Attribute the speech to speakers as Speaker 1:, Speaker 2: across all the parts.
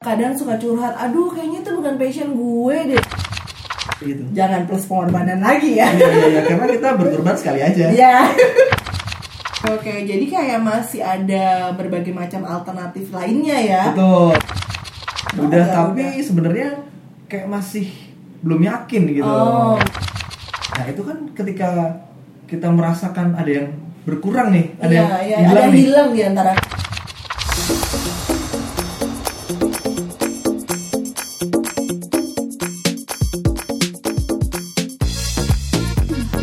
Speaker 1: kadang suka curhat aduh kayaknya itu bukan passion gue deh
Speaker 2: gitu
Speaker 1: jangan plus pengorbanan lagi ya
Speaker 2: iya iya iya, karena kita berkorban sekali aja
Speaker 1: ya oke jadi kayak masih ada berbagai macam alternatif lainnya ya
Speaker 2: betul
Speaker 1: Udah,
Speaker 2: udah tapi
Speaker 1: udah.
Speaker 2: sebenarnya kayak masih belum yakin gitu
Speaker 1: oh
Speaker 2: nah itu kan ketika kita merasakan ada yang berkurang nih ada
Speaker 1: iya iya
Speaker 2: yang
Speaker 1: ada yang
Speaker 2: hilang nih
Speaker 1: hilang di antara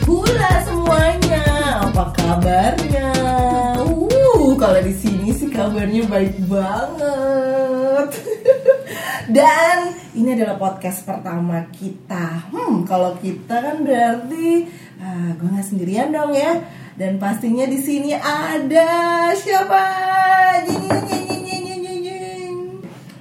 Speaker 1: Hula semuanya, apa kabarnya? Uh, kalau di sini sih kabarnya baik banget. Dan ini adalah podcast pertama kita. Hmm, kalau kita kan berarti ah, gue nggak sendirian dong ya. Dan pastinya di sini ada siapa? Jeng, jeng, jeng, jeng, jeng, jeng, jeng, jeng.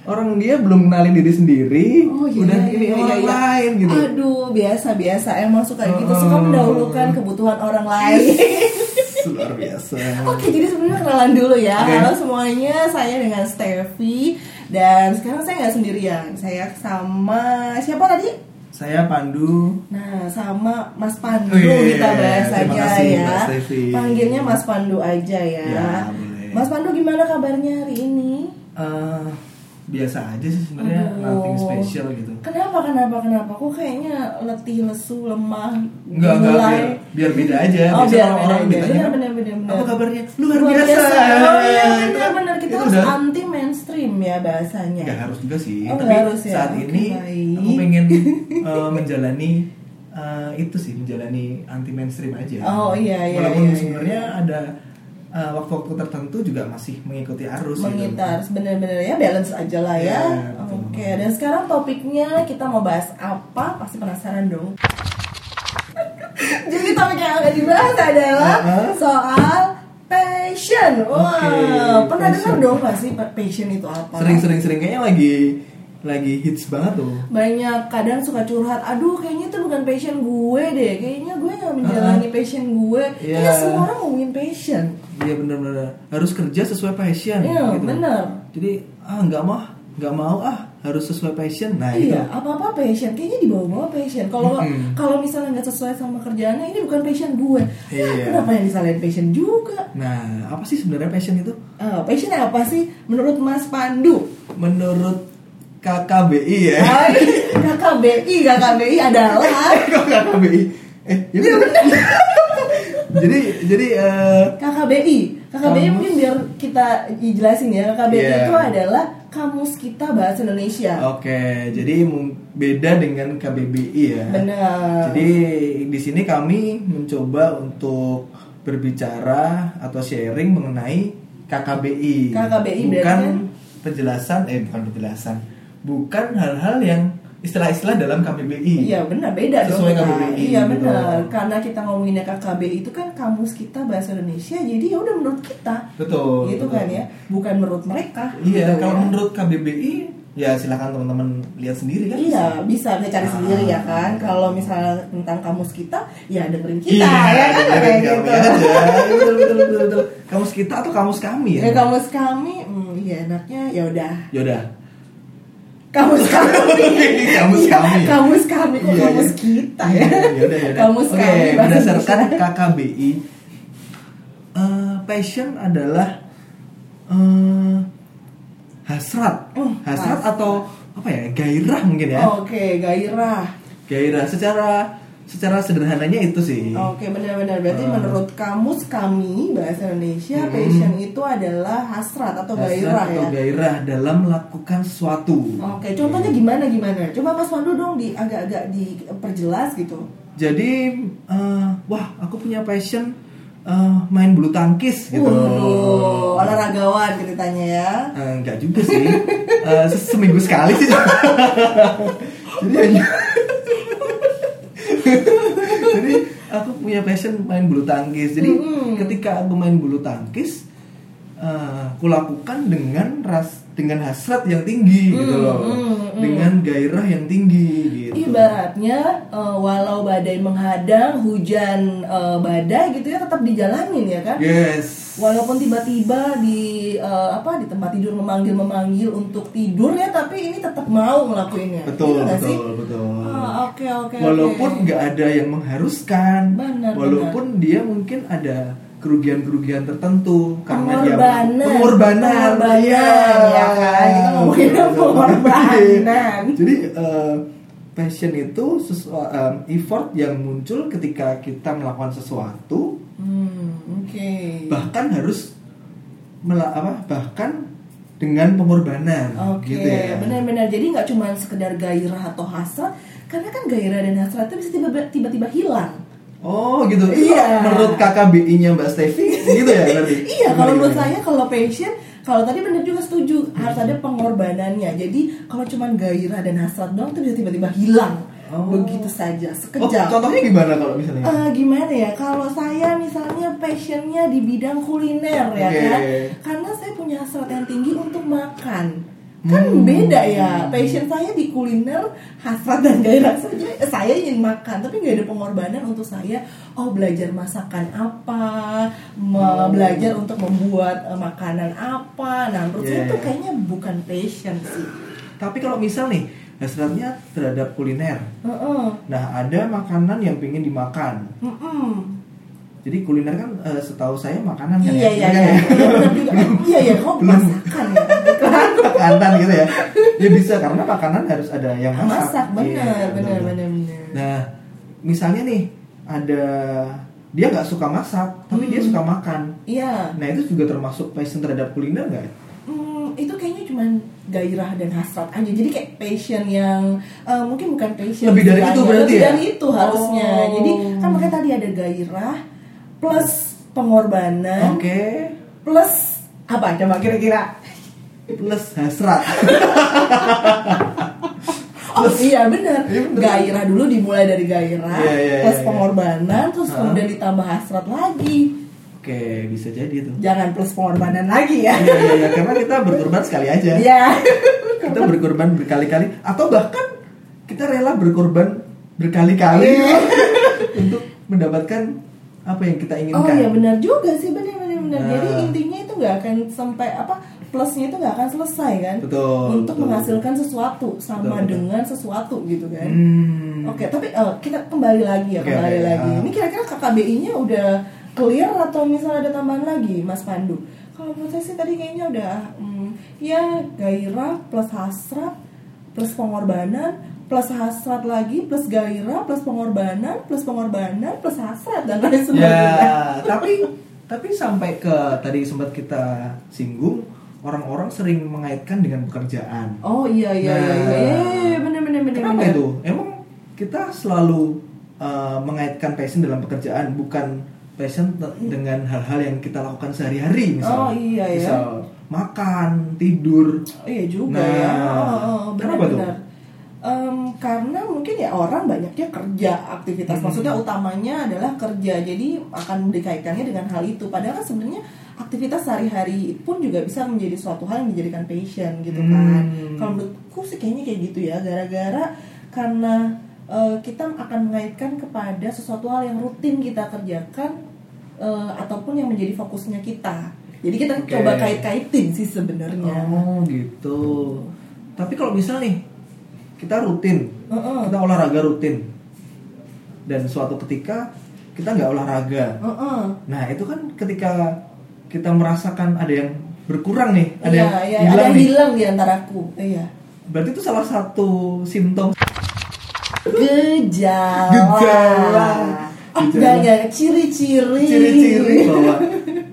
Speaker 2: orang dia belum kenalin diri sendiri udah ini orang
Speaker 1: Oh, iya.
Speaker 2: lain gitu
Speaker 1: Aduh, biasa-biasa emang suka gitu
Speaker 2: Oh.
Speaker 1: suka mendahulukan kebutuhan orang lain.
Speaker 2: luar biasa
Speaker 1: Oke, jadi sebelumnya kenalan dulu ya.
Speaker 2: Oke.
Speaker 1: Halo semuanya, saya dengan Steffi dan sekarang saya nggak sendirian. Saya sama siapa tadi?
Speaker 2: saya Pandu
Speaker 1: Nah, sama Mas Pandu
Speaker 2: Wih,
Speaker 1: kita bahas
Speaker 2: iya, terima
Speaker 1: aja
Speaker 2: kasih,
Speaker 1: ya.
Speaker 2: Mbak Steffi.
Speaker 1: Panggilnya Mas Pandu aja ya.
Speaker 2: Ya, boleh.
Speaker 1: Mas Pandu gimana kabarnya hari ini?
Speaker 2: Eh, biasa aja sih sebenarnya
Speaker 1: Aduh.
Speaker 2: nothing special gitu
Speaker 1: Kenapa kenapa kenapa? Kok kayaknya letih, lesu, lemah.
Speaker 2: Enggak, enggak, biar,
Speaker 1: mulai-
Speaker 2: biar beda aja
Speaker 1: Oh,
Speaker 2: Biasanya
Speaker 1: biar
Speaker 2: kalau
Speaker 1: beda
Speaker 2: orang
Speaker 1: aja.
Speaker 2: ditanya
Speaker 1: Iya,
Speaker 2: kan,
Speaker 1: benar, benar, benar.
Speaker 2: Apa kabarnya? Luar,
Speaker 1: Luar
Speaker 2: biasa,
Speaker 1: Oh iya, benar
Speaker 2: Itu-
Speaker 1: benar kita
Speaker 2: itu
Speaker 1: harus
Speaker 2: udah-
Speaker 1: anti mainstream ya bahasanya.
Speaker 2: Nggak harus juga sih,
Speaker 1: Oh,
Speaker 2: tapi
Speaker 1: nggak harus ya.
Speaker 2: saat
Speaker 1: Oke,
Speaker 2: ini
Speaker 1: baik.
Speaker 2: aku pengen eh, menjalani eh, itu sih menjalani anti mainstream aja.
Speaker 1: Oh, iya, iya,
Speaker 2: Walaupun
Speaker 1: iya, iya.
Speaker 2: sebenarnya ada eh, waktu-waktu tertentu juga masih mengikuti arus. gitu.
Speaker 1: mengitar bener-bener ya balance aja lah ya.
Speaker 2: Ya, betul.
Speaker 1: Oke, dan sekarang topiknya kita mau bahas apa? Pasti penasaran dong. Jadi topik yang akan dibahas adalah
Speaker 2: Uh-huh.
Speaker 1: soal passion. Wah,
Speaker 2: Oke,
Speaker 1: pernah dengar
Speaker 2: passion.
Speaker 1: dong pasti pa- passion itu apa?
Speaker 2: Sering-sering-sering kayaknya lagi lagi hits banget tuh.
Speaker 1: Banyak kadang suka curhat, aduh kayaknya itu bukan passion gue deh. Kayaknya gue nggak menjalani passion gue.
Speaker 2: Iya.
Speaker 1: Kayaknya semua orang ngomongin passion.
Speaker 2: Iya benar-benar harus kerja sesuai passion.
Speaker 1: Iya,
Speaker 2: gitu.
Speaker 1: benar.
Speaker 2: Jadi ah nggak mau, nggak mau ah harus sesuai passion. Nah itu.
Speaker 1: Iya, apa-apa passion. Kayaknya dibawa-bawa passion. Kalau
Speaker 2: Mm-mm.
Speaker 1: kalau misalnya nggak sesuai sama kerjaannya, ini bukan passion gue. Nah,
Speaker 2: Iya.
Speaker 1: Kenapa yang disalahin passion juga?
Speaker 2: Nah apa sih sebenarnya passion itu?
Speaker 1: Eh, passion apa sih menurut Mas Pandu?
Speaker 2: Menurut KKBI ya.
Speaker 1: Hai, KKBI, KKBI adalah
Speaker 2: Kok KKBI? Eh, iya bener. jadi jadi eh,
Speaker 1: KKBI. KKBI
Speaker 2: Kamus.
Speaker 1: mungkin biar kita jelasin ya. KKBI
Speaker 2: Iya. Oh,
Speaker 1: itu adalah kamus kita bahasa Indonesia.
Speaker 2: ya, oke, jadi mung- beda dengan KBBI ya.
Speaker 1: Benar.
Speaker 2: Jadi di sini kami mencoba untuk berbicara atau sharing mengenai KKBI.
Speaker 1: KKBI
Speaker 2: bukan
Speaker 1: berarti kan-
Speaker 2: penjelasan eh bukan penjelasan. Bukan hal-hal yang istilah-istilah dalam KBBI.
Speaker 1: Iya benar beda
Speaker 2: Sesuai
Speaker 1: dong. Kak.
Speaker 2: KBBI,
Speaker 1: Iya
Speaker 2: gitu.
Speaker 1: benar karena kita ngomonginnya KKBI itu kan kamus kita bahasa Indonesia jadi ya udah menurut kita
Speaker 2: Betul.
Speaker 1: gitu
Speaker 2: betul.
Speaker 1: kan ya bukan menurut mereka.
Speaker 2: Iya,
Speaker 1: gitu
Speaker 2: kalau
Speaker 1: ya.
Speaker 2: menurut KBBI ya silakan teman-teman lihat sendiri kan.
Speaker 1: Iya bisa kita cari
Speaker 2: Ah.
Speaker 1: sendiri ya kan kalau misalnya tentang kamus kita ya dengerin kita
Speaker 2: iya,
Speaker 1: ya kan kayak
Speaker 2: dengerin
Speaker 1: gitu.
Speaker 2: kami aja. betul, betul, betul, betul. Kamus kita atau kamus kami ya?
Speaker 1: Ya kamus kami hmm, iya enaknya ya udah
Speaker 2: Yaudah.
Speaker 1: kamus kami.
Speaker 2: kamus
Speaker 1: Iya,
Speaker 2: kami. ya?
Speaker 1: Kamus kami kok
Speaker 2: Iya,
Speaker 1: kamus
Speaker 2: iya.
Speaker 1: kita
Speaker 2: Iya,
Speaker 1: ya.
Speaker 2: yaudah, yaudah.
Speaker 1: Kamus
Speaker 2: Oke,
Speaker 1: kami bahasa
Speaker 2: berdasarkan
Speaker 1: Indonesia.
Speaker 2: KKBI eh, passion adalah eh, hasrat.
Speaker 1: Oh,
Speaker 2: hasrat atau apa ya? Gairah mungkin ya.
Speaker 1: Oke, gairah.
Speaker 2: Gairah secara secara sederhananya itu sih.
Speaker 1: Oke benar-benar berarti
Speaker 2: Iya. Ah.
Speaker 1: menurut kamus kami bahasa Indonesia
Speaker 2: Hmm.
Speaker 1: passion itu adalah hasrat atau
Speaker 2: Hasrat
Speaker 1: gairah
Speaker 2: atau
Speaker 1: ya.
Speaker 2: gairah dalam melakukan sesuatu.
Speaker 1: Oke contohnya gimana gimana? Coba Mas Pandu dong di agak-agak diperjelas gitu.
Speaker 2: Jadi eh, wah aku punya passion eh, main bulu tangkis gitu.
Speaker 1: Waduh, olahragawan ceritanya ya.
Speaker 2: Eh, enggak juga sih. Eh, se- seminggu sekali sih. Jadi ya, iya. hanya Jadi aku punya passion main bulu tangkis. Jadi
Speaker 1: Mm-mm.
Speaker 2: ketika aku main bulu tangkis eh, aku lakukan dengan ras dengan hasrat yang tinggi gitu
Speaker 1: Mm,
Speaker 2: loh.
Speaker 1: mm, mm.
Speaker 2: Dengan gairah yang tinggi
Speaker 1: Iya,
Speaker 2: gitu.
Speaker 1: Ibaratnya eh, walau badai menghadang, hujan eh, badai gitu ya tetap dijalanin ya kan?
Speaker 2: Yes.
Speaker 1: Walaupun tiba-tiba di eh, apa di tempat tidur memanggil-memanggil untuk tidur ya, tapi ini tetap mau ngelakuinnya.
Speaker 2: betul
Speaker 1: Iya nggak
Speaker 2: betul
Speaker 1: sih?
Speaker 2: betul
Speaker 1: Ah, Oke oke. oke.
Speaker 2: walaupun nggak ada yang mengharuskan
Speaker 1: Benar,
Speaker 2: walaupun dia mungkin ada kerugian-kerugian tertentu karena dia
Speaker 1: Pengorbanan.
Speaker 2: pengorbanan
Speaker 1: Pengorbanan,
Speaker 2: iya.
Speaker 1: ya kan? Kita ngomongin
Speaker 2: Betul, betul.
Speaker 1: pengorbanan.
Speaker 2: jadi eh, passion itu sesua- em, effort yang muncul ketika kita melakukan sesuatu
Speaker 1: Hmm, oke.
Speaker 2: bahkan harus mela- apa bahkan dengan pengorbanan
Speaker 1: Oke,
Speaker 2: gitu ya
Speaker 1: benar-benar. Jadi nggak cuma sekedar gairah atau hasrat, karena kan gairah dan hasrat itu bisa tiba- tiba-tiba hilang.
Speaker 2: Oh gitu.
Speaker 1: Iya.
Speaker 2: Menurut KKBI-nya Mbak Stevi gitu ya berarti.
Speaker 1: Iya, kalau
Speaker 2: Gimana,
Speaker 1: menurut
Speaker 2: gimana?
Speaker 1: saya kalau passion, kalau tadi benar juga setuju, harus ada pengorbanannya. Jadi kalau cuma gairah dan hasrat doang itu bisa tiba-tiba hilang.
Speaker 2: Oh.
Speaker 1: Begitu saja,
Speaker 2: Oh,
Speaker 1: sekejap.
Speaker 2: contohnya gimana kalau misalnya?
Speaker 1: Eh, gimana ya kalau saya misalnya passionnya di bidang kuliner ya
Speaker 2: Oke.
Speaker 1: kan karena saya punya hasrat yang tinggi untuk makan kan beda ya passion saya di kuliner hasrat dan gairah saja eh, saya ingin makan tapi nggak ada pengorbanan untuk saya oh belajar masakan apa me- belajar untuk membuat eh, makanan apa nah menurut saya
Speaker 2: Yeah.
Speaker 1: itu kayaknya bukan passion sih
Speaker 2: Tapi kalau misal nih hasratnya terhadap kuliner.
Speaker 1: Heeh.
Speaker 2: Nah, ada makanan yang pengen dimakan.
Speaker 1: Mm-mm.
Speaker 2: Jadi kuliner kan eh, setahu saya makanan kan
Speaker 1: Iya
Speaker 2: ya.
Speaker 1: iya iya.
Speaker 2: Bukan ya?
Speaker 1: Benar juga. Iya iya. Kok
Speaker 2: Belum.
Speaker 1: masakan ya?
Speaker 2: Makanan gitu ya. Ya bisa karena makanan harus ada yang masak.
Speaker 1: Masak benar
Speaker 2: Iya, betul,
Speaker 1: benar
Speaker 2: betul.
Speaker 1: benar benar.
Speaker 2: Nah, misalnya nih ada dia nggak suka masak, tapi
Speaker 1: Hmm.
Speaker 2: dia suka makan.
Speaker 1: Iya.
Speaker 2: Nah, itu juga termasuk passion terhadap kuliner nggak?
Speaker 1: Hmm, itu kayaknya cuman gairah dan hasrat aja. Jadi kayak passion yang eh, mungkin bukan passion.
Speaker 2: Lebih dari itu
Speaker 1: istilahnya.
Speaker 2: berarti
Speaker 1: Lebih
Speaker 2: ya?
Speaker 1: dari itu harusnya.
Speaker 2: Oh.
Speaker 1: Jadi kan makanya tadi ada gairah plus pengorbanan
Speaker 2: Oke. Ya,
Speaker 1: plus apa coba kira-kira
Speaker 2: Plus hasrat.
Speaker 1: Oh iya benar.
Speaker 2: Iya, benar.
Speaker 1: Gairah dulu dimulai dari gairah,
Speaker 2: Iya, iya,
Speaker 1: plus
Speaker 2: iya, iya.
Speaker 1: pengorbanan, terus
Speaker 2: Hah?
Speaker 1: kemudian ditambah hasrat lagi.
Speaker 2: Oke, bisa jadi tuh.
Speaker 1: jangan plus pengorbanan lagi ya.
Speaker 2: Iya, iya, iya, karena kita berkorban sekali aja.
Speaker 1: Iya.
Speaker 2: Kita berkorban berkali-kali atau bahkan kita rela berkorban berkali-kali untuk mendapatkan apa yang kita
Speaker 1: Oh
Speaker 2: inginkan.
Speaker 1: iya benar juga sih benar benar benar.
Speaker 2: Nah.
Speaker 1: Jadi intinya itu nggak akan sampai apa plusnya itu nggak akan selesai kan?
Speaker 2: Betul,
Speaker 1: Untuk
Speaker 2: betul.
Speaker 1: menghasilkan sesuatu sama
Speaker 2: Betul, betul.
Speaker 1: dengan sesuatu gitu kan.
Speaker 2: Hmm.
Speaker 1: Oke, tapi eh, kita kembali lagi ya,
Speaker 2: Oke,
Speaker 1: kembali
Speaker 2: oke,
Speaker 1: lagi.
Speaker 2: ah.
Speaker 1: Ini kira-kira KKBI-nya udah clear atau misalnya ada tambahan lagi, Mas Pandu? Kalau menurut saya sih tadi kayaknya udah hmm, ya gairah plus hasrat plus pengorbanan plus hasrat lagi plus gairah plus pengorbanan plus pengorbanan plus hasrat dan lain sebagainya.
Speaker 2: Ya, tapi tapi sampai ke tadi sempat kita singgung orang-orang sering mengaitkan dengan pekerjaan.
Speaker 1: Oh iya iya iya
Speaker 2: Nah.
Speaker 1: iya iya, bener bener bener.
Speaker 2: Kenapa
Speaker 1: bener.
Speaker 2: itu? Emang kita selalu uh, mengaitkan passion dalam pekerjaan, bukan passion te- dengan hal-hal yang kita lakukan sehari-hari,
Speaker 1: Iya. Oh,
Speaker 2: misal,
Speaker 1: iya, ya.
Speaker 2: misal makan, tidur.
Speaker 1: Oh, iya juga
Speaker 2: Nah,
Speaker 1: ya. Oh, oh, oh,
Speaker 2: kenapa tuh?
Speaker 1: benar-benar. Em, karena mungkin ya orang banyaknya kerja
Speaker 2: Hmm.
Speaker 1: aktivitas maksudnya utamanya adalah kerja jadi akan dikaitkannya dengan hal itu padahal kan sebenarnya aktivitas sehari-hari pun juga bisa menjadi suatu hal yang dijadikan passion gitu kan
Speaker 2: Hmm.
Speaker 1: kalau menurutku sih kayaknya kayak gitu ya gara-gara karena eh, kita akan mengaitkan kepada sesuatu hal yang rutin kita kerjakan eh, ataupun yang menjadi fokusnya kita jadi kita
Speaker 2: Oke.
Speaker 1: coba kait-kaitin sih sebenarnya
Speaker 2: Oh gitu. Tapi kalau misal nih kita rutin,
Speaker 1: Heeh.
Speaker 2: kita olahraga rutin, dan suatu ketika kita nggak olahraga,
Speaker 1: Heeh.
Speaker 2: nah itu kan ketika kita merasakan ada yang berkurang nih, ada
Speaker 1: Iya, iya,
Speaker 2: yang hilang
Speaker 1: ada yang
Speaker 2: nih.
Speaker 1: hilang di antaraku. Iya.
Speaker 2: Berarti itu salah satu simptom
Speaker 1: Gejala.
Speaker 2: Gejala.
Speaker 1: Oh,
Speaker 2: Gejala.
Speaker 1: enggak, enggak. Ciri-ciri. Iya.
Speaker 2: ciri-ciri bahwa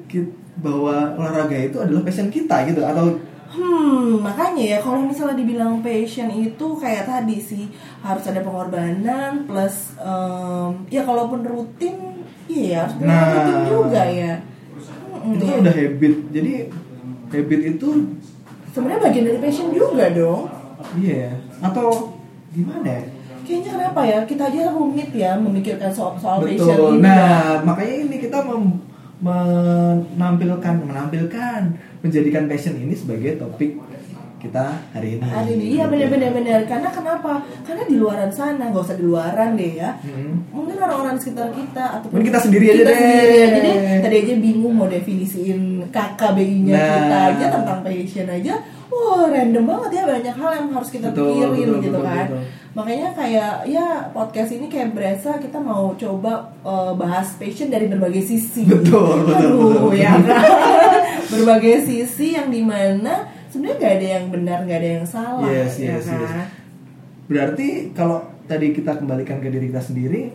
Speaker 2: ki- bahwa olahraga itu adalah passion kita gitu atau
Speaker 1: Hmm, makanya ya kalau misalnya dibilang passion itu kayak tadi sih harus ada pengorbanan plus em, ya kalaupun rutin, iya harus dibilang
Speaker 2: Nah.
Speaker 1: rutin juga ya. Mm,
Speaker 2: itu
Speaker 1: iya.
Speaker 2: kan udah habit. Jadi habit itu
Speaker 1: Sebenarnya bagian dari passion juga dong.
Speaker 2: iya atau gimana ya?
Speaker 1: Kayaknya kenapa ya kita aja rumit ya memikirkan soal soal passion
Speaker 2: Betul.
Speaker 1: ini.
Speaker 2: Nah, makanya ini kita mem- menampilkan menampilkan menjadikan passion ini sebagai topik kita hari ini.
Speaker 1: Hari ini iya benar-benar benar. Karena kenapa? Karena di luaran sana, nggak usah di luaran deh ya.
Speaker 2: Mm-mm.
Speaker 1: Mungkin orang-orang sekitar kita atau
Speaker 2: Mm-hmm. Mungkin kita sendiri aja deh.
Speaker 1: sendiri aja deh. Tadi aja bingung mau definisiin KKBI-nya
Speaker 2: Nah.
Speaker 1: kita aja tentang passion aja. Wah, random banget ya banyak hal yang harus kita
Speaker 2: Betul,
Speaker 1: pikirin
Speaker 2: betul,
Speaker 1: gitu
Speaker 2: betul,
Speaker 1: kan.
Speaker 2: betul.
Speaker 1: Makanya kayak ya podcast ini kayak berasa kita mau coba eh, bahas passion dari berbagai sisi. Aduh,
Speaker 2: Betul, betul, betul, betul.
Speaker 1: ya kan? berbagai sisi yang dimana sebenarnya nggak ada yang benar nggak ada yang salah
Speaker 2: Yes,
Speaker 1: ya
Speaker 2: yes,
Speaker 1: kan?
Speaker 2: yes. Berarti kalau tadi kita kembalikan ke diri kita sendiri,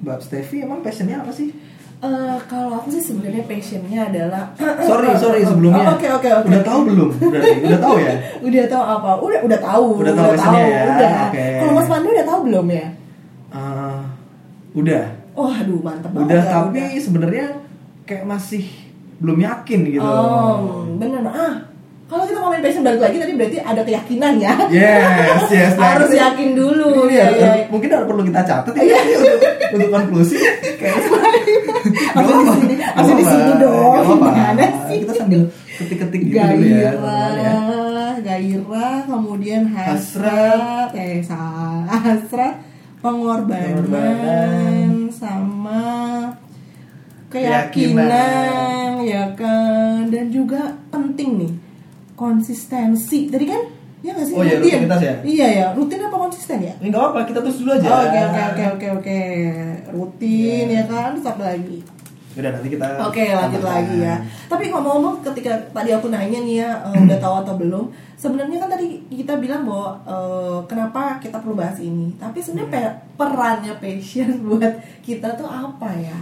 Speaker 2: Mbak Stevi emang passionnya apa sih?
Speaker 1: Eh, kalau aku sih sebenarnya passionnya adalah
Speaker 2: Sorry, sorry sebelumnya.
Speaker 1: Oh, oke oke oke
Speaker 2: Udah tahu belum? Berarti udah tahu ya?
Speaker 1: udah tahu apa udah udah tahu
Speaker 2: Udah tahu passionnya ya,
Speaker 1: udah
Speaker 2: oke.
Speaker 1: kalau mas Pandu udah tahu belum ya
Speaker 2: Ah, udah,
Speaker 1: oh aduh mantep banget
Speaker 2: udah.
Speaker 1: ya,
Speaker 2: tapi sebenarnya kayak masih belum yakin gitu.
Speaker 1: Oh, benar. Ah, kalau kita ngomongin passion balik lagi tadi berarti ada keyakinan ya.
Speaker 2: Iya, Yes, yes. nah,
Speaker 1: Harus
Speaker 2: ini-
Speaker 1: yakin dulu. Iya.
Speaker 2: ini
Speaker 1: ya,
Speaker 2: harus-
Speaker 1: ya.
Speaker 2: Mungkin harus perlu kita catat ya ini untuk, untuk konklusi. Kayak
Speaker 1: Aku di sini, aku di sini dong. Gimana sih?
Speaker 2: Nah,
Speaker 1: iya.
Speaker 2: Kita sambil ketik-ketik gitu dulu ya. teman-teman ya.
Speaker 1: Gairah, gairah, kemudian hasrat, eh salah, hasrat, pengorbanan,
Speaker 2: Pengorbanan.
Speaker 1: sama
Speaker 2: Keyakinan.
Speaker 1: keyakinan, ya kan, dan juga penting nih konsistensi. Tadi kan ya nggak sih
Speaker 2: Oh iya,
Speaker 1: rutin?
Speaker 2: rutinitas ya?
Speaker 1: Iya ya, rutin apa konsisten ya?
Speaker 2: Ini nggak apa, kita terus dulu aja.
Speaker 1: Oh, Oke oke oke oke oke rutin
Speaker 2: Iya.
Speaker 1: ya kan terus apa lagi?
Speaker 2: Udah nanti kita.
Speaker 1: Oke lanjut
Speaker 2: tambahkan.
Speaker 1: lagi ya. Tapi ngomong-ngomong ketika tadi aku nanya nih ya eh, udah tahu atau belum? Sebenarnya kan tadi kita bilang bahwa eh, kenapa kita perlu bahas ini. Tapi sebenarnya
Speaker 2: Iya.
Speaker 1: pe- perannya passion buat kita tuh apa ya?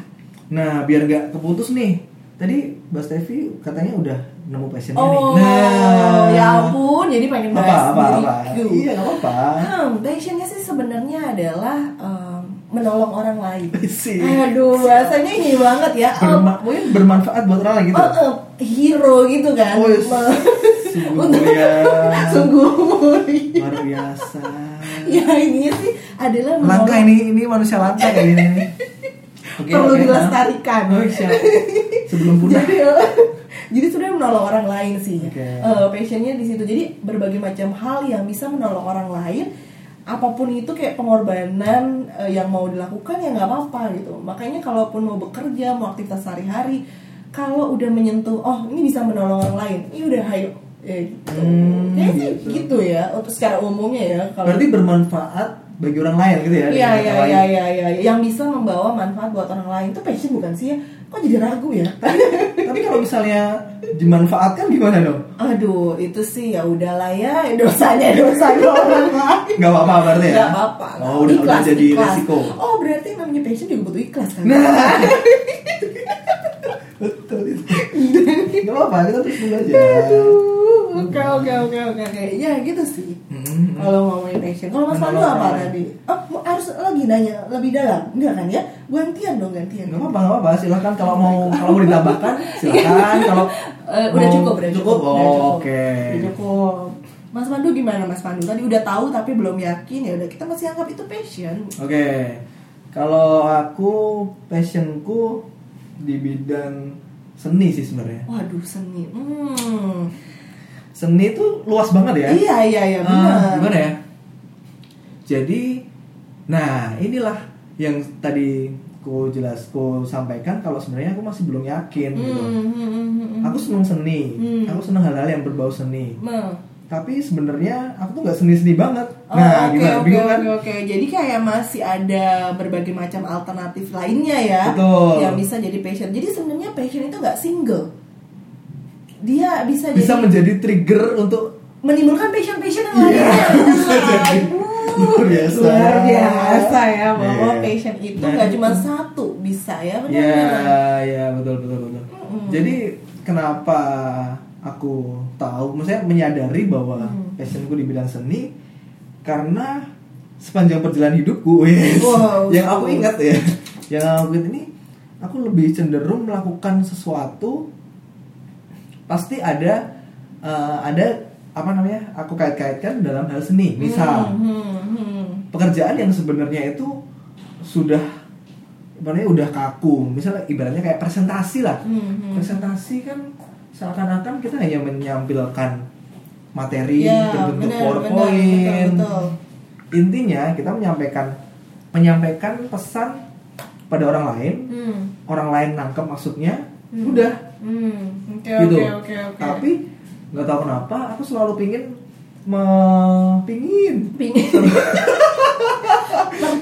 Speaker 2: Nah, biar nggak keputus nih. Tadi Mbak Stevi katanya udah nemu passionnya
Speaker 1: Oh
Speaker 2: nih. Nah,
Speaker 1: ya ampun jadi pengen
Speaker 2: apa
Speaker 1: bahas
Speaker 2: apa apa.
Speaker 1: diriku.
Speaker 2: Iya nggak apa.
Speaker 1: Hmm, passionnya sih sebenarnya adalah em, menolong orang lain.
Speaker 2: Sih.
Speaker 1: Aduh bahasanya ini banget ya. Em,
Speaker 2: Berma- mungkin bermanfaat buat orang lain gitu.
Speaker 1: Oh, eh, hero gitu kan.
Speaker 2: Oh, yes.
Speaker 1: Me-
Speaker 2: Sungguh
Speaker 1: Untuk-
Speaker 2: mulia.
Speaker 1: sungguh mulia.
Speaker 2: Luar biasa.
Speaker 1: Ya ini sih adalah
Speaker 2: Langka
Speaker 1: menolong-
Speaker 2: ini ini manusia langka ya ini. Oke,
Speaker 1: perlu
Speaker 2: oke,
Speaker 1: dilestarikan.
Speaker 2: nah. Oh, siap. Sebelum punah.
Speaker 1: Jadi, eh, jadi sebenarnya menolong orang lain sih.
Speaker 2: Oke.
Speaker 1: Eh, passionnya di situ. Jadi berbagai macam hal yang bisa menolong orang lain. Apapun itu kayak pengorbanan eh, yang mau dilakukan ya nggak apa-apa gitu. Makanya kalaupun mau bekerja, mau aktivitas sehari-hari, kalau udah menyentuh, oh ini bisa menolong orang lain, ini udah hayo. Ya, gitu.
Speaker 2: Hmm,
Speaker 1: Kayaknya sih
Speaker 2: gitu.
Speaker 1: gitu ya untuk secara umumnya ya kalau
Speaker 2: Berarti bermanfaat bagi orang lain gitu ya.
Speaker 1: Iya
Speaker 2: dengan
Speaker 1: iya
Speaker 2: orang lain.
Speaker 1: iya iya iya yang bisa membawa manfaat buat orang lain itu passion bukan sih ya? Kok jadi ragu ya?
Speaker 2: Tapi kalau misalnya dimanfaatkan gimana dong?
Speaker 1: Aduh, itu sih ya udahlah ya dosanya dosanya orang lain.
Speaker 2: Gak apa-apa berarti ya?
Speaker 1: Gak apa-apa.
Speaker 2: Oh, udah, udah jadi resiko.
Speaker 1: Oh, berarti namanya passion juga butuh ikhlas kan?
Speaker 2: Nah. Betul itu. Gak apa-apa, kita terus dulu aja.
Speaker 1: Aduh, Oke oke oke oke oke. Ya gitu sih.
Speaker 2: Hmm.
Speaker 1: Kalau ngomongin passion, kalau Mas Pandu
Speaker 2: Menolong orang
Speaker 1: apa
Speaker 2: lain.
Speaker 1: tadi? Oh, mau- harus lagi nanya lebih dalam, enggak kan ya? Gantian dong gantian.
Speaker 2: Gak apa-apa, gak apa-apa. Silakan kalau mau kalau mau ditambahkan, silakan. Kalau
Speaker 1: Oh Eh, udah
Speaker 2: mau-
Speaker 1: cukup, udah cukup.
Speaker 2: Oh,
Speaker 1: udah cukup.
Speaker 2: Oke.
Speaker 1: Udah cukup. Mas Pandu gimana Mas Pandu? Tadi udah tahu tapi belum yakin ya udah kita masih anggap itu passion.
Speaker 2: Oke. Kalau aku passionku di bidang seni sih sebenarnya.
Speaker 1: Waduh seni. Hmm.
Speaker 2: Seni itu luas banget ya.
Speaker 1: Iya iya iya
Speaker 2: Ah,
Speaker 1: benar.
Speaker 2: gimana ya? Jadi, nah inilah yang tadi ku jelas ku sampaikan kalau sebenarnya aku masih belum yakin gitu.
Speaker 1: Hmm, hmm, hmm, hmm.
Speaker 2: Aku seneng seni,
Speaker 1: Hmm.
Speaker 2: aku seneng hal-hal yang berbau seni.
Speaker 1: Nah.
Speaker 2: Tapi sebenarnya aku tuh nggak seni-seni banget.
Speaker 1: Oh,
Speaker 2: nah,
Speaker 1: oke,
Speaker 2: gimana?
Speaker 1: oke,
Speaker 2: Bingung kan?
Speaker 1: oke, oke. Jadi kayak masih ada berbagai macam alternatif lainnya ya,
Speaker 2: Betul.
Speaker 1: yang bisa jadi passion. Jadi sebenarnya passion itu nggak single. Dia bisa,
Speaker 2: Bisa
Speaker 1: jadi
Speaker 2: menjadi trigger untuk
Speaker 1: menimbulkan passion-passion yang
Speaker 2: Iya,
Speaker 1: lainnya.
Speaker 2: bisa jadi.
Speaker 1: Aduh,
Speaker 2: Luar biasa.
Speaker 1: Luar biasa ya bahwa
Speaker 2: Iya.
Speaker 1: passion itu
Speaker 2: Nah.
Speaker 1: nggak cuma satu bisa ya benar
Speaker 2: Ya,
Speaker 1: benar.
Speaker 2: ya betul betul betul.
Speaker 1: Mm-mm.
Speaker 2: Jadi kenapa aku tahu, maksudnya menyadari bahwa
Speaker 1: Mm.
Speaker 2: passionku di bidang seni karena sepanjang perjalanan hidupku, yes.
Speaker 1: Wow.
Speaker 2: yang aku ingat ya, yang aku ingat ini aku lebih cenderung melakukan sesuatu pasti ada eh, ada apa namanya aku kait-kaitkan dalam hal seni, misal
Speaker 1: Hmm, hmm, hmm.
Speaker 2: pekerjaan yang sebenarnya itu sudah ibaratnya udah kaku misalnya ibaratnya kayak presentasi lah
Speaker 1: Hmm, hmm.
Speaker 2: presentasi kan seakan-akan kita hanya menyampilkan materi
Speaker 1: Ya,
Speaker 2: berbentuk
Speaker 1: benar,
Speaker 2: PowerPoint.
Speaker 1: benar, betul, betul.
Speaker 2: Intinya kita menyampaikan menyampaikan pesan pada orang lain,
Speaker 1: Hmm.
Speaker 2: orang lain nangkep maksudnya,
Speaker 1: Hmm.
Speaker 2: udah
Speaker 1: Hmm. Oke,
Speaker 2: gitu.
Speaker 1: oke, oke, oke.
Speaker 2: Tapi nggak tahu kenapa aku selalu pingin me- pingin
Speaker 1: Pingin.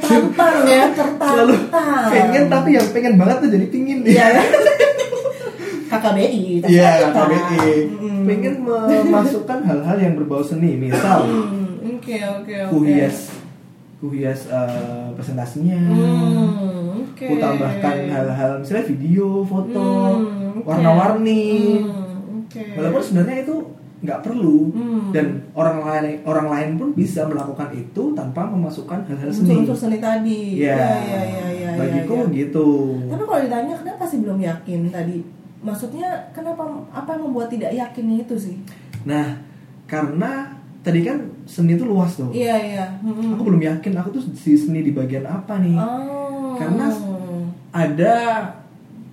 Speaker 1: tertampar ya, tertampar.
Speaker 2: selalu pengen tapi yang pengen banget tuh jadi pingin
Speaker 1: Iya. KKBI. tertampar.
Speaker 2: Iya, KBI.
Speaker 1: Mm.
Speaker 2: Pengen memasukkan hal-hal yang berbau seni, misal
Speaker 1: Hmm, Oke, oke, oke.
Speaker 2: kuhias, kuhias eh, presentasinya,
Speaker 1: Hmm, oke.
Speaker 2: ku tambahkan hal-hal misalnya video, foto,
Speaker 1: Hmm, oke.
Speaker 2: warna-warni.
Speaker 1: Hmm, Oke.
Speaker 2: Walaupun sebenarnya itu nggak perlu
Speaker 1: Hmm.
Speaker 2: dan orang lain orang lain pun bisa melakukan itu tanpa memasukkan hal-hal seni.
Speaker 1: unsur-unsur seni tadi.
Speaker 2: Iya,
Speaker 1: iya, iya, iya.
Speaker 2: bagiku
Speaker 1: iya.
Speaker 2: gitu.
Speaker 1: Tapi kalau ditanya kenapa sih belum yakin tadi? Maksudnya kenapa apa yang membuat tidak yakin itu sih?
Speaker 2: Nah, karena tadi kan seni itu luas tuh.
Speaker 1: Iya, iya. Hmm.
Speaker 2: Aku belum yakin aku tuh si seni di bagian apa nih.
Speaker 1: Oh.
Speaker 2: Karena ada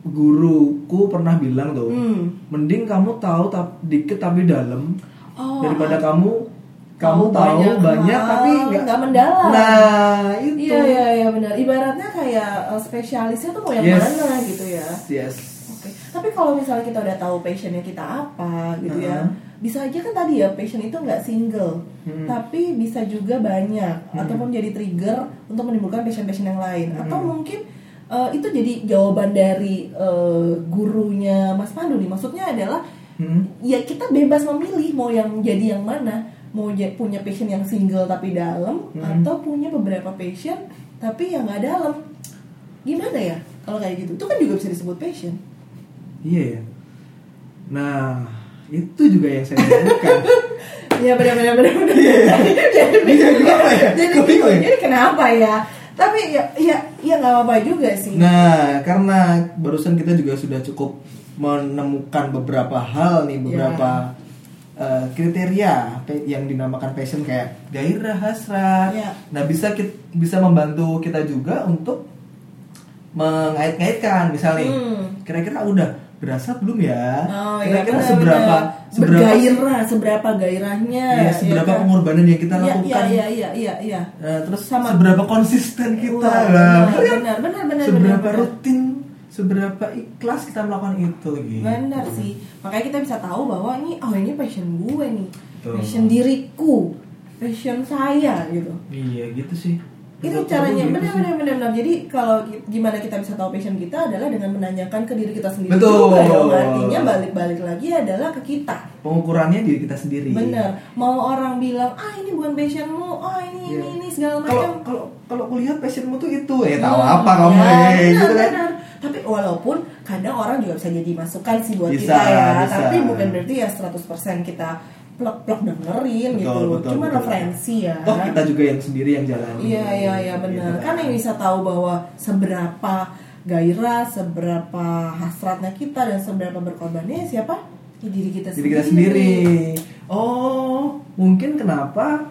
Speaker 2: guruku pernah bilang tuh
Speaker 1: Hmm.
Speaker 2: mending kamu tahu tap, dikit tapi dalam
Speaker 1: Oh,
Speaker 2: daripada kamu
Speaker 1: Tahu
Speaker 2: kamu tahu
Speaker 1: banyak
Speaker 2: banyak,
Speaker 1: hal,
Speaker 2: tapi nggak
Speaker 1: nggak mendalam.
Speaker 2: nah itu
Speaker 1: Iya iya iya benar. Ibaratnya kayak eh, spesialisnya tuh mau yang
Speaker 2: Yes.
Speaker 1: mana gitu ya.
Speaker 2: yes
Speaker 1: Oke. Tapi kalau misalnya kita udah tahu passionnya kita apa gitu ya,
Speaker 2: Uh-huh.
Speaker 1: bisa aja kan tadi ya passion itu nggak single,
Speaker 2: Hmm.
Speaker 1: tapi bisa juga banyak ataupun jadi trigger untuk menimbulkan passion-passion yang lain
Speaker 2: Hmm.
Speaker 1: atau mungkin eh, itu jadi jawaban dari eh, gurunya Mas Pandu nih. Maksudnya adalah
Speaker 2: Hmm.
Speaker 1: ya kita bebas memilih mau yang jadi yang mana mau ja- punya passion yang single tapi dalam
Speaker 2: Hmm.
Speaker 1: atau punya beberapa passion tapi yang nggak dalam gimana ya kalau kayak gitu itu kan juga bisa disebut passion
Speaker 2: iya ya nah itu juga yang saya bukan
Speaker 1: ya benar benar benar benar
Speaker 2: Iya,
Speaker 1: jadi bingung ya.
Speaker 2: kenapa ya?
Speaker 1: jadi
Speaker 2: Kok bingung
Speaker 1: bingung.
Speaker 2: ya?
Speaker 1: jadi kenapa ya tapi ya ya ya nggak apa-apa juga sih
Speaker 2: nah karena barusan kita juga sudah cukup menemukan beberapa hal
Speaker 1: Iya.
Speaker 2: nih beberapa eh, kriteria pe- yang dinamakan passion kayak gairah hasrat
Speaker 1: Ya.
Speaker 2: nah bisa kit- bisa membantu kita juga untuk mengait-ngaitkan misalnya
Speaker 1: Hmm.
Speaker 2: kira-kira udah berasa belum ya
Speaker 1: Oh, ya,
Speaker 2: kira-kira
Speaker 1: benar,
Speaker 2: seberapa
Speaker 1: benar.
Speaker 2: seberapa
Speaker 1: bergairah seberapa gairahnya
Speaker 2: ya,
Speaker 1: ya
Speaker 2: seberapa
Speaker 1: kan?
Speaker 2: pengorbanan yang kita
Speaker 1: Iya,
Speaker 2: lakukan
Speaker 1: iya iya iya iya iya
Speaker 2: Nah, terus
Speaker 1: Sama.
Speaker 2: seberapa konsisten kita
Speaker 1: Wah,
Speaker 2: lah. kan?
Speaker 1: benar, benar, benar, benar,
Speaker 2: seberapa
Speaker 1: benar.
Speaker 2: rutin seberapa ikhlas kita melakukan itu gitu
Speaker 1: Benar sih. Makanya kita bisa tahu bahwa ini oh ini passion gue nih.
Speaker 2: Betul.
Speaker 1: Passion diriku. Passion saya gitu.
Speaker 2: iya gitu sih
Speaker 1: Itu
Speaker 2: Menurut aku
Speaker 1: caranya
Speaker 2: gitu
Speaker 1: benar
Speaker 2: sih.
Speaker 1: benar benar benar. Jadi kalau ki- gimana kita bisa tahu passion kita adalah dengan menanyakan ke diri kita sendiri
Speaker 2: Betul.
Speaker 1: juga dong. Artinya balik-balik lagi adalah ke kita.
Speaker 2: pengukurannya diri kita sendiri
Speaker 1: Bener. Mau orang bilang ah ini bukan passionmu, oh ini ini
Speaker 2: Iya.
Speaker 1: ini segala
Speaker 2: kalau
Speaker 1: macam.
Speaker 2: kalau kalau kulihat passionmu tuh itu ya tahu
Speaker 1: Hmm,
Speaker 2: apa kamu
Speaker 1: ya,
Speaker 2: ya,
Speaker 1: benar,
Speaker 2: gitu kan
Speaker 1: benar. Tapi walaupun kadang orang juga bisa jadi masukan sih buat kita
Speaker 2: Bisa,
Speaker 1: ya,
Speaker 2: bisa.
Speaker 1: tapi bukan berarti ya 100% kita plek-plek dengerin
Speaker 2: Betul,
Speaker 1: gitu loh.
Speaker 2: betul,
Speaker 1: Cuma
Speaker 2: betul.
Speaker 1: referensi ya.
Speaker 2: toh kita juga yang sendiri yang Gitu jalan
Speaker 1: Iya, iya, iya benar. Kan yang bisa tahu bahwa seberapa gairah, seberapa hasratnya kita dan seberapa berkorbannya siapa? Ya, diri kita
Speaker 2: Jadi kita sendiri. Oh, mungkin kenapa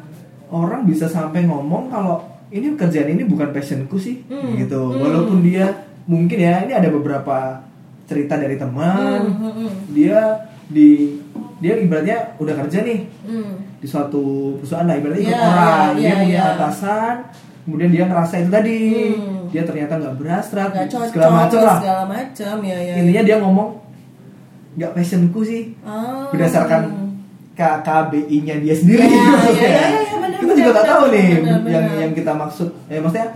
Speaker 2: orang bisa sampai ngomong kalau ini kerjaan ini bukan passionku sih,
Speaker 1: Hmm,
Speaker 2: gitu. Walaupun dia mungkin ya ini ada beberapa cerita dari teman,
Speaker 1: Hmm, hmm,
Speaker 2: dia di dia ibaratnya udah kerja nih
Speaker 1: hmm.
Speaker 2: di suatu perusahaan lah ibaratnya ikut
Speaker 1: Iya,
Speaker 2: orang
Speaker 1: iya,
Speaker 2: dia
Speaker 1: iya,
Speaker 2: punya
Speaker 1: iya.
Speaker 2: atasan kemudian dia ngerasa itu tadi
Speaker 1: Hmm.
Speaker 2: dia ternyata nggak berasrat
Speaker 1: Gak cocok
Speaker 2: segala macam lah
Speaker 1: segala macam ya ya. ya.
Speaker 2: intinya dia ngomong nggak passionku sih
Speaker 1: Ah.
Speaker 2: berdasarkan KKBI-nya dia sendiri
Speaker 1: Ya,
Speaker 2: maksudnya.
Speaker 1: ya, ya, ya, benar,
Speaker 2: kita
Speaker 1: benar,
Speaker 2: juga nggak
Speaker 1: benar,
Speaker 2: tahu nih
Speaker 1: benar, benar.
Speaker 2: yang yang kita maksud ya maksudnya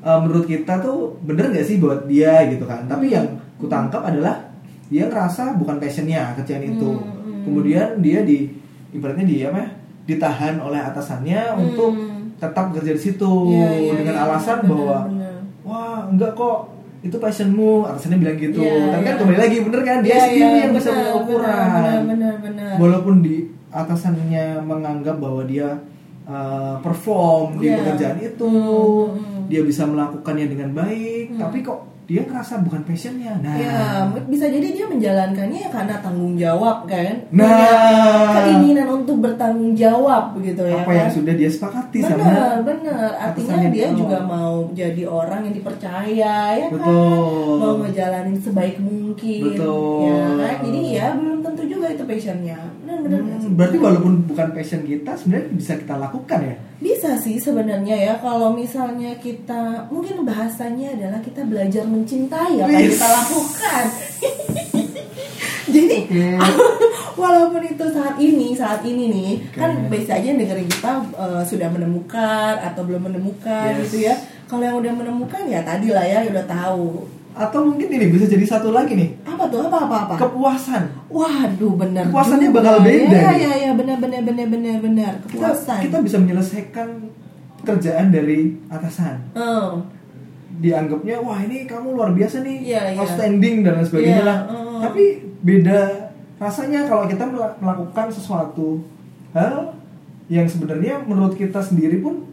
Speaker 2: eh, menurut kita tuh bener nggak sih buat dia gitu kan tapi yang kutangkap adalah dia ngerasa bukan passionnya kerjaan itu
Speaker 1: Hmm, hmm.
Speaker 2: kemudian dia di ibaratnya dia mah ditahan oleh atasannya untuk
Speaker 1: Hmm.
Speaker 2: tetap kerja di situ
Speaker 1: Ya, ya,
Speaker 2: dengan
Speaker 1: ya,
Speaker 2: alasan
Speaker 1: benar,
Speaker 2: bahwa
Speaker 1: benar.
Speaker 2: wah enggak kok itu passionmu atasannya bilang gitu
Speaker 1: Ya,
Speaker 2: tapi kan
Speaker 1: ya.
Speaker 2: kembali lagi bener kan dia
Speaker 1: Iya,
Speaker 2: sendiri
Speaker 1: iya,
Speaker 2: yang bisa
Speaker 1: benar,
Speaker 2: punya ukuran
Speaker 1: benar, benar, benar.
Speaker 2: walaupun di atasannya menganggap bahwa dia uh, perform di
Speaker 1: Iya.
Speaker 2: pekerjaan itu
Speaker 1: Hmm, hmm, hmm.
Speaker 2: dia bisa melakukannya dengan baik tapi kok dia ngerasa bukan passionnya nah
Speaker 1: Ya, bisa jadi dia menjalankannya ya karena tanggung jawab kan.
Speaker 2: Nah.
Speaker 1: Punya keinginan untuk bertanggung jawab begitu ya.
Speaker 2: apa
Speaker 1: kan?
Speaker 2: yang sudah dia sepakati sama
Speaker 1: benar, benar. Artinya
Speaker 2: atasannya
Speaker 1: dia
Speaker 2: dia.
Speaker 1: juga mau jadi orang yang dipercaya ya
Speaker 2: Betul.
Speaker 1: kan. Mau ngejalanin sebaik mungkin.
Speaker 2: Betul.
Speaker 1: Ya kan? Jadi ya belum tentu tentu juga itu passionnya benar-benar nggak sih?
Speaker 2: Hmm, berarti walaupun bukan passion kita sebenarnya bisa kita lakukan ya
Speaker 1: bisa sih sebenarnya ya kalau misalnya kita mungkin bahasannya adalah kita belajar mencintai apa yang
Speaker 2: Wih.
Speaker 1: kita lakukan jadi
Speaker 2: Oke.
Speaker 1: walaupun itu saat ini saat ini nih
Speaker 2: Oke.
Speaker 1: kan bisa aja yang dengerin kita eh, sudah menemukan atau belum menemukan
Speaker 2: Yes.
Speaker 1: gitu ya kalau yang udah menemukan ya tadi lah ya udah tahu
Speaker 2: atau mungkin ini bisa jadi satu lagi nih
Speaker 1: apa tuh apa apa apa
Speaker 2: kepuasan
Speaker 1: waduh benar
Speaker 2: Kepuasannya
Speaker 1: juga.
Speaker 2: bakal beda
Speaker 1: ya
Speaker 2: nih.
Speaker 1: ya ya benar benar benar benar benar
Speaker 2: kita,
Speaker 1: kepuasan
Speaker 2: kita bisa menyelesaikan pekerjaan dari atasan
Speaker 1: Oh.
Speaker 2: dianggapnya wah ini kamu luar biasa nih
Speaker 1: Iya, iya.
Speaker 2: outstanding dan lain sebagainya
Speaker 1: Iya,
Speaker 2: lah
Speaker 1: mm.
Speaker 2: tapi beda rasanya kalau kita mel- melakukan sesuatu hal yang sebenarnya menurut kita sendiri pun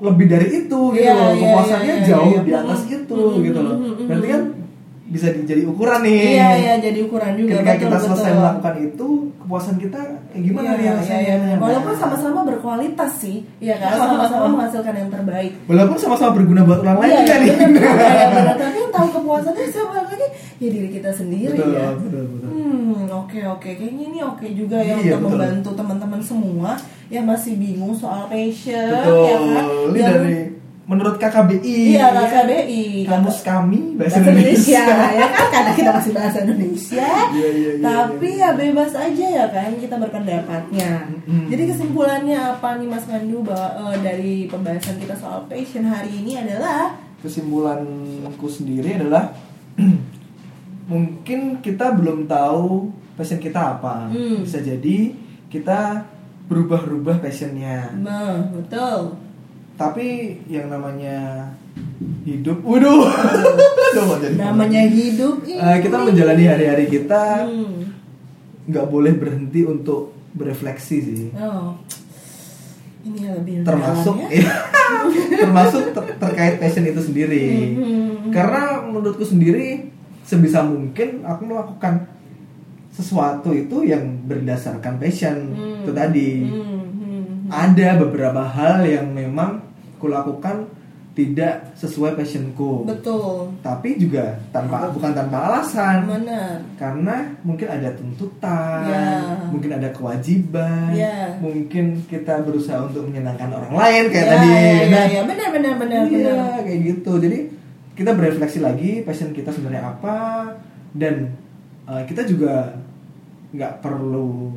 Speaker 2: lebih dari itu gitu
Speaker 1: Iya,
Speaker 2: loh
Speaker 1: iya,
Speaker 2: kepuasannya
Speaker 1: iya, iya,
Speaker 2: jauh
Speaker 1: iya.
Speaker 2: di atas
Speaker 1: Mm,
Speaker 2: itu
Speaker 1: mm,
Speaker 2: gitu loh
Speaker 1: mm, mm, mm,
Speaker 2: berarti kan bisa dijadi ukuran nih
Speaker 1: Iya iya jadi ukuran juga
Speaker 2: ketika
Speaker 1: betul,
Speaker 2: kita selesai
Speaker 1: betul.
Speaker 2: melakukan itu kepuasan kita kayak gimana
Speaker 1: Iya,
Speaker 2: nih
Speaker 1: iya,
Speaker 2: rasanya
Speaker 1: iya.
Speaker 2: Nah,
Speaker 1: Walaupun sama-sama berkualitas sih, ya kan? Sama-sama menghasilkan yang terbaik.
Speaker 2: walaupun sama-sama berguna buat orang lain
Speaker 1: Iya,
Speaker 2: juga
Speaker 1: iya,
Speaker 2: nih
Speaker 1: benar, iya, benar. Tapi yang tahu kepuasannya siapa lagi? Ya diri kita sendiri
Speaker 2: betul
Speaker 1: ya.
Speaker 2: betul betul
Speaker 1: Hmm, oke oke. Kayaknya ini oke juga ya
Speaker 2: Iya,
Speaker 1: untuk
Speaker 2: betul.
Speaker 1: membantu teman-teman semua yang masih bingung soal passion,
Speaker 2: Betul.
Speaker 1: ya kan?
Speaker 2: Ini
Speaker 1: Yang-
Speaker 2: dari menurut KKBI.
Speaker 1: Iya, KKBI.
Speaker 2: Kamus kami
Speaker 1: bahasa
Speaker 2: bahasa,
Speaker 1: Indonesia,
Speaker 2: Indonesia.
Speaker 1: ya kan karena kita masih bahasa Indonesia
Speaker 2: Iya, iya, iya,
Speaker 1: tapi ya bebas aja ya kan kita berpendapatnya
Speaker 2: Mm.
Speaker 1: jadi kesimpulannya apa nih Mas Pandu bahwa eh, dari pembahasan kita soal passion hari ini adalah
Speaker 2: Kesimpulanku sendiri adalah mungkin kita belum tahu passion kita apa.
Speaker 1: Hmm.
Speaker 2: Bisa jadi kita berubah-ubah passionnya.
Speaker 1: nah, betul
Speaker 2: Tapi yang namanya hidup, waduh, Aduh, mau jadi
Speaker 1: namanya hidup ini
Speaker 2: Eh, kita menjalani hari-hari kita
Speaker 1: Hmm.
Speaker 2: nggak boleh berhenti untuk berefleksi sih.
Speaker 1: oh. ini lebih
Speaker 2: termasuk iya.
Speaker 1: dalam ya.
Speaker 2: termasuk ter- terkait passion itu sendiri
Speaker 1: Mhm.
Speaker 2: karena menurutku sendiri sebisa mungkin aku melakukan sesuatu itu yang berdasarkan passion
Speaker 1: Hmm.
Speaker 2: itu tadi
Speaker 1: Hmm, hmm, hmm.
Speaker 2: ada beberapa hal yang memang kulakukan tidak sesuai passionku
Speaker 1: betul
Speaker 2: tapi juga tanpa bukan tanpa alasan
Speaker 1: benar
Speaker 2: karena mungkin ada tuntutan,
Speaker 1: Ya.
Speaker 2: mungkin ada kewajiban,
Speaker 1: Ya.
Speaker 2: mungkin kita berusaha untuk menyenangkan orang lain kayak
Speaker 1: ya,
Speaker 2: tadi.
Speaker 1: ya, ya,
Speaker 2: Nah,
Speaker 1: ya. benar benar benar
Speaker 2: iya,
Speaker 1: benar
Speaker 2: kayak gitu. Jadi kita berefleksi lagi passion kita sebenarnya apa dan eh, kita juga nggak perlu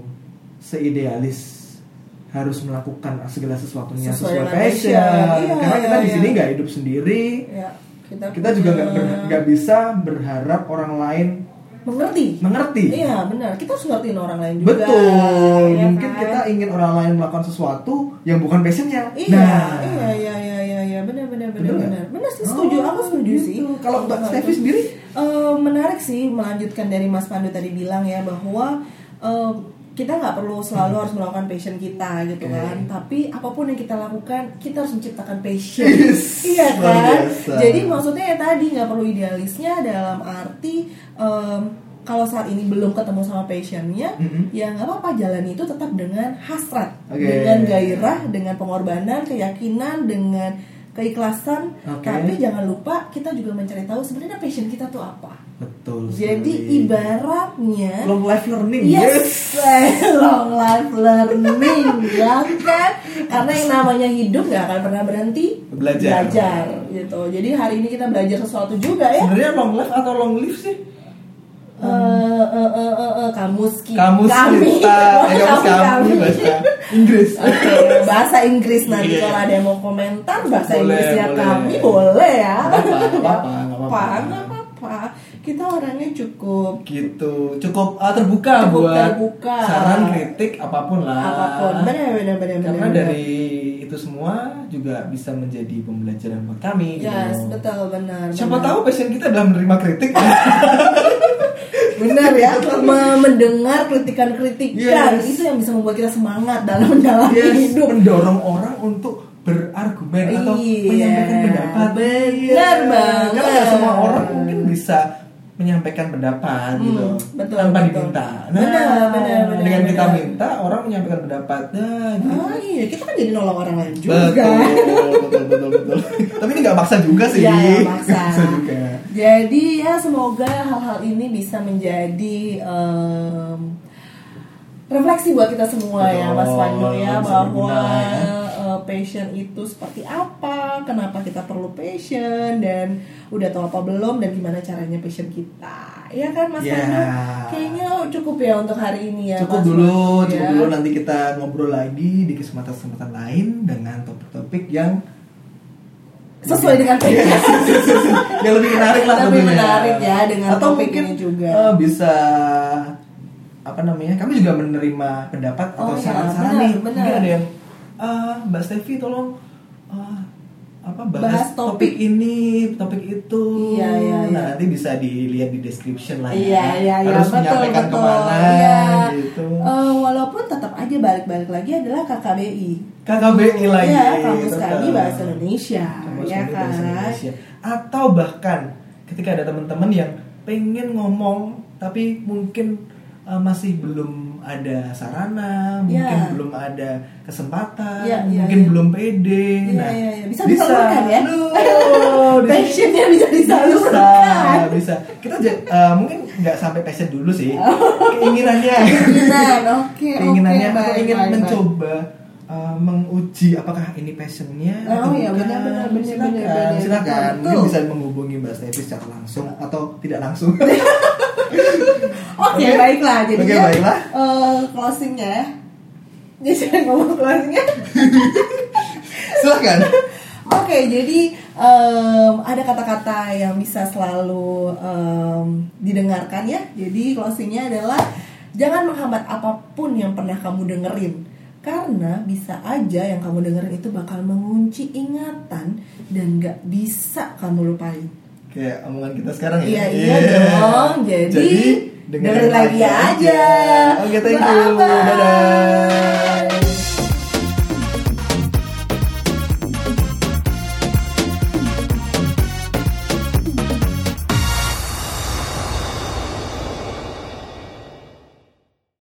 Speaker 2: seidealis harus melakukan segala sesuatunya
Speaker 1: Sesuai
Speaker 2: sesuai,
Speaker 1: dengan
Speaker 2: passion.
Speaker 1: passion. Iya,
Speaker 2: Karena
Speaker 1: iya,
Speaker 2: kita di
Speaker 1: iya.
Speaker 2: sini nggak hidup sendiri.
Speaker 1: ya, kita,
Speaker 2: Kita juga nggak
Speaker 1: punya-
Speaker 2: ber- nggak bisa berharap orang lain
Speaker 1: mengerti
Speaker 2: mengerti.
Speaker 1: Iya benar, kita harus ngertiin orang lain juga.
Speaker 2: Betul.
Speaker 1: ya
Speaker 2: Mungkin
Speaker 1: kan?
Speaker 2: kita ingin orang lain melakukan sesuatu yang bukan passionnya. Nah,
Speaker 1: Iya, iya, iya, iya, iya, iya, benar, benar, benar,
Speaker 2: Betul nggak?
Speaker 1: benar, benar sih setuju,
Speaker 2: Oh,
Speaker 1: aku setuju
Speaker 2: gitu.
Speaker 1: sih.
Speaker 2: Kalau Mbak
Speaker 1: Aku-
Speaker 2: Steffi sendiri?
Speaker 1: Eh, menarik sih melanjutkan dari Mas Pandu tadi bilang ya bahwa eh, kita nggak perlu selalu harus melakukan passion kita gitu
Speaker 2: Oke.
Speaker 1: kan, tapi apapun yang kita lakukan kita harus menciptakan passion,
Speaker 2: Yes,
Speaker 1: iya
Speaker 2: luar
Speaker 1: kan?
Speaker 2: biasa.
Speaker 1: Jadi maksudnya ya tadi nggak perlu idealisnya dalam arti em, kalau saat ini belum ketemu sama passionnya,
Speaker 2: Mhm.
Speaker 1: ya nggak apa-apa jalan itu tetap dengan hasrat,
Speaker 2: Oke.
Speaker 1: dengan gairah, dengan pengorbanan, keyakinan, dengan keikhlasan.
Speaker 2: Oke.
Speaker 1: Tapi jangan lupa kita juga mencari tahu sebenarnya passion kita tuh apa.
Speaker 2: Betul. iya.
Speaker 1: Jadi Iya,
Speaker 2: sekali.
Speaker 1: ibaratnya
Speaker 2: long life learning.
Speaker 1: Yes, long life learning, ya kan? Karena yang namanya hidup nggak akan pernah berhenti
Speaker 2: Belajar.
Speaker 1: belajar, gitu. Jadi hari ini kita belajar sesuatu juga ya.
Speaker 2: Sebenarnya long life atau long live sih?
Speaker 1: Eh, eh, eh, eh, eh, kamus ki-
Speaker 2: Kamus
Speaker 1: kami,
Speaker 2: kita, eh,
Speaker 1: Kami,
Speaker 2: kamus kami,
Speaker 1: kami.
Speaker 2: bahasa Inggris.
Speaker 1: Oke, bahasa Inggris nanti
Speaker 2: Iya.
Speaker 1: kalau ada yang mau komentar bahasa
Speaker 2: Boleh,
Speaker 1: Inggrisnya
Speaker 2: boleh.
Speaker 1: kami boleh ya.
Speaker 2: Nggak apa-apa, nggak
Speaker 1: Nggak
Speaker 2: apa-apa.
Speaker 1: apa-apa, nggak apa-apa. Kita orangnya cukup
Speaker 2: Gitu. Cukup ah, terbuka
Speaker 1: Cukup
Speaker 2: buat
Speaker 1: terbuka.
Speaker 2: saran, kritik apapun lah.
Speaker 1: apapun. Benar, benar, benar, benar.
Speaker 2: Karena
Speaker 1: benar.
Speaker 2: dari itu semua juga bisa menjadi pembelajaran buat kami. gitu.
Speaker 1: Yes, betul benar.
Speaker 2: Siapa
Speaker 1: benar.
Speaker 2: tahu passion kita adalah menerima kritik.
Speaker 1: Benar ya, me- mendengar kritikan-kritikan
Speaker 2: Yes.
Speaker 1: itu yang bisa membuat kita semangat dalam menjalani
Speaker 2: Yes,
Speaker 1: hidup.
Speaker 2: mendorong orang untuk berargumen atau
Speaker 1: Iya,
Speaker 2: menyampaikan pendapat.
Speaker 1: benar
Speaker 2: Iya.
Speaker 1: banget.
Speaker 2: Karena nggak semua orang mungkin bisa menyampaikan pendapat
Speaker 1: Hmm,
Speaker 2: gitu
Speaker 1: betul,
Speaker 2: tanpa
Speaker 1: betul.
Speaker 2: diminta. Nah,
Speaker 1: Benar, benar, benar,
Speaker 2: dengan kita
Speaker 1: benar.
Speaker 2: minta orang menyampaikan pendapat. Nah, gitu.
Speaker 1: Ah iya, kita kan jadi nolong orang lain juga.
Speaker 2: betul, betul, betul, betul. Tapi ini nggak maksa juga sih.
Speaker 1: Iya, nggak
Speaker 2: Nggak
Speaker 1: maksa.
Speaker 2: juga.
Speaker 1: Jadi ya semoga hal-hal ini bisa menjadi em, refleksi buat kita semua ya Mas
Speaker 2: Betul,
Speaker 1: Pandu ya
Speaker 2: bisa
Speaker 1: bahwa
Speaker 2: berguna, ya.
Speaker 1: eh, passion itu seperti apa, kenapa kita perlu passion dan udah tahu apa belum dan gimana caranya passion kita. Ya kan Mas
Speaker 2: Ya.
Speaker 1: Pandu? Kayaknya cukup ya untuk hari ini ya.
Speaker 2: Cukup
Speaker 1: Mas
Speaker 2: dulu,
Speaker 1: Pandu,
Speaker 2: cukup
Speaker 1: ya.
Speaker 2: dulu. Nanti kita ngobrol lagi di kesempatan-kesempatan lain dengan topik-topik yang
Speaker 1: Sesuai dengan
Speaker 2: Iya.
Speaker 1: passion.
Speaker 2: yang lebih menarik lah
Speaker 1: Lebih
Speaker 2: tentunya.
Speaker 1: menarik ya, dengan
Speaker 2: atau
Speaker 1: topik
Speaker 2: mungkin
Speaker 1: ini juga.
Speaker 2: eh, bisa apa namanya kami juga menerima pendapat
Speaker 1: Oh,
Speaker 2: atau
Speaker 1: iya,
Speaker 2: saran-saran
Speaker 1: benar,
Speaker 2: nih
Speaker 1: benar.
Speaker 2: mungkin ada yang "Ah, mbak Stevi tolong ah, apa bahas,
Speaker 1: Bahas topik.
Speaker 2: topik. ini topik itu
Speaker 1: Iya, iya, iya.
Speaker 2: Nah, nanti bisa dilihat di description lah ya.
Speaker 1: Iya, iya, iya,
Speaker 2: harus
Speaker 1: betul,
Speaker 2: menyampaikan
Speaker 1: betul.
Speaker 2: kemana
Speaker 1: Iya.
Speaker 2: gitu
Speaker 1: Eh, walaupun tetap aja balik-balik lagi adalah KKBI.
Speaker 2: KKBI lagi
Speaker 1: Iya, kampus
Speaker 2: tetap.
Speaker 1: kami bahasa Indonesia,
Speaker 2: Kamus
Speaker 1: ya
Speaker 2: Kami
Speaker 1: kan?
Speaker 2: Bahasa Indonesia. Atau bahkan ketika ada teman-teman yang pengen ngomong tapi mungkin uh, masih belum ada sarana, mungkin
Speaker 1: Ya.
Speaker 2: belum ada kesempatan,
Speaker 1: Ya, ya,
Speaker 2: mungkin
Speaker 1: ya.
Speaker 2: belum pede.
Speaker 1: Iya,
Speaker 2: nah,
Speaker 1: iya, iya. Bisa disalurkan ya?
Speaker 2: Aduh, di-
Speaker 1: Oh, Passionnya bisa disalurkan.
Speaker 2: Bisa, bisa. Kita ja- uh, mungkin nggak sampai passion dulu sih.
Speaker 1: Oh.
Speaker 2: Keinginannya.
Speaker 1: Iya, Keinginan, Nah, oke,
Speaker 2: Keinginannya
Speaker 1: oke,
Speaker 2: aku
Speaker 1: baik,
Speaker 2: ingin
Speaker 1: baik, baik.
Speaker 2: mencoba uh, menguji apakah ini passionnya
Speaker 1: Oh,
Speaker 2: atau
Speaker 1: iya,
Speaker 2: bukan.
Speaker 1: benar, benar, benar,
Speaker 2: silakan,
Speaker 1: benar, benar.
Speaker 2: silakan.
Speaker 1: Betul.
Speaker 2: Mungkin bisa menghubungi Mbak Stevi secara langsung atau tidak langsung.
Speaker 1: Oke,
Speaker 2: Oke.
Speaker 1: baiklah. Jadi
Speaker 2: Oke, baiklah.
Speaker 1: eh, closingnya ya. Dia sudah ngomong closingnya.
Speaker 2: silakan.
Speaker 1: Oke, jadi em, ada kata-kata yang bisa selalu em, didengarkan ya. Jadi closingnya adalah jangan menghambat apapun yang pernah kamu dengerin. Karena bisa aja yang kamu dengerin itu bakal mengunci ingatan dan gak bisa kamu lupain.
Speaker 2: Kayak omongan kita sekarang
Speaker 1: Iya,
Speaker 2: ya.
Speaker 1: iya dong. Jadi, dengerin lagi aja.
Speaker 2: Oke, thank you.
Speaker 1: Bye-bye.
Speaker 2: Dadah.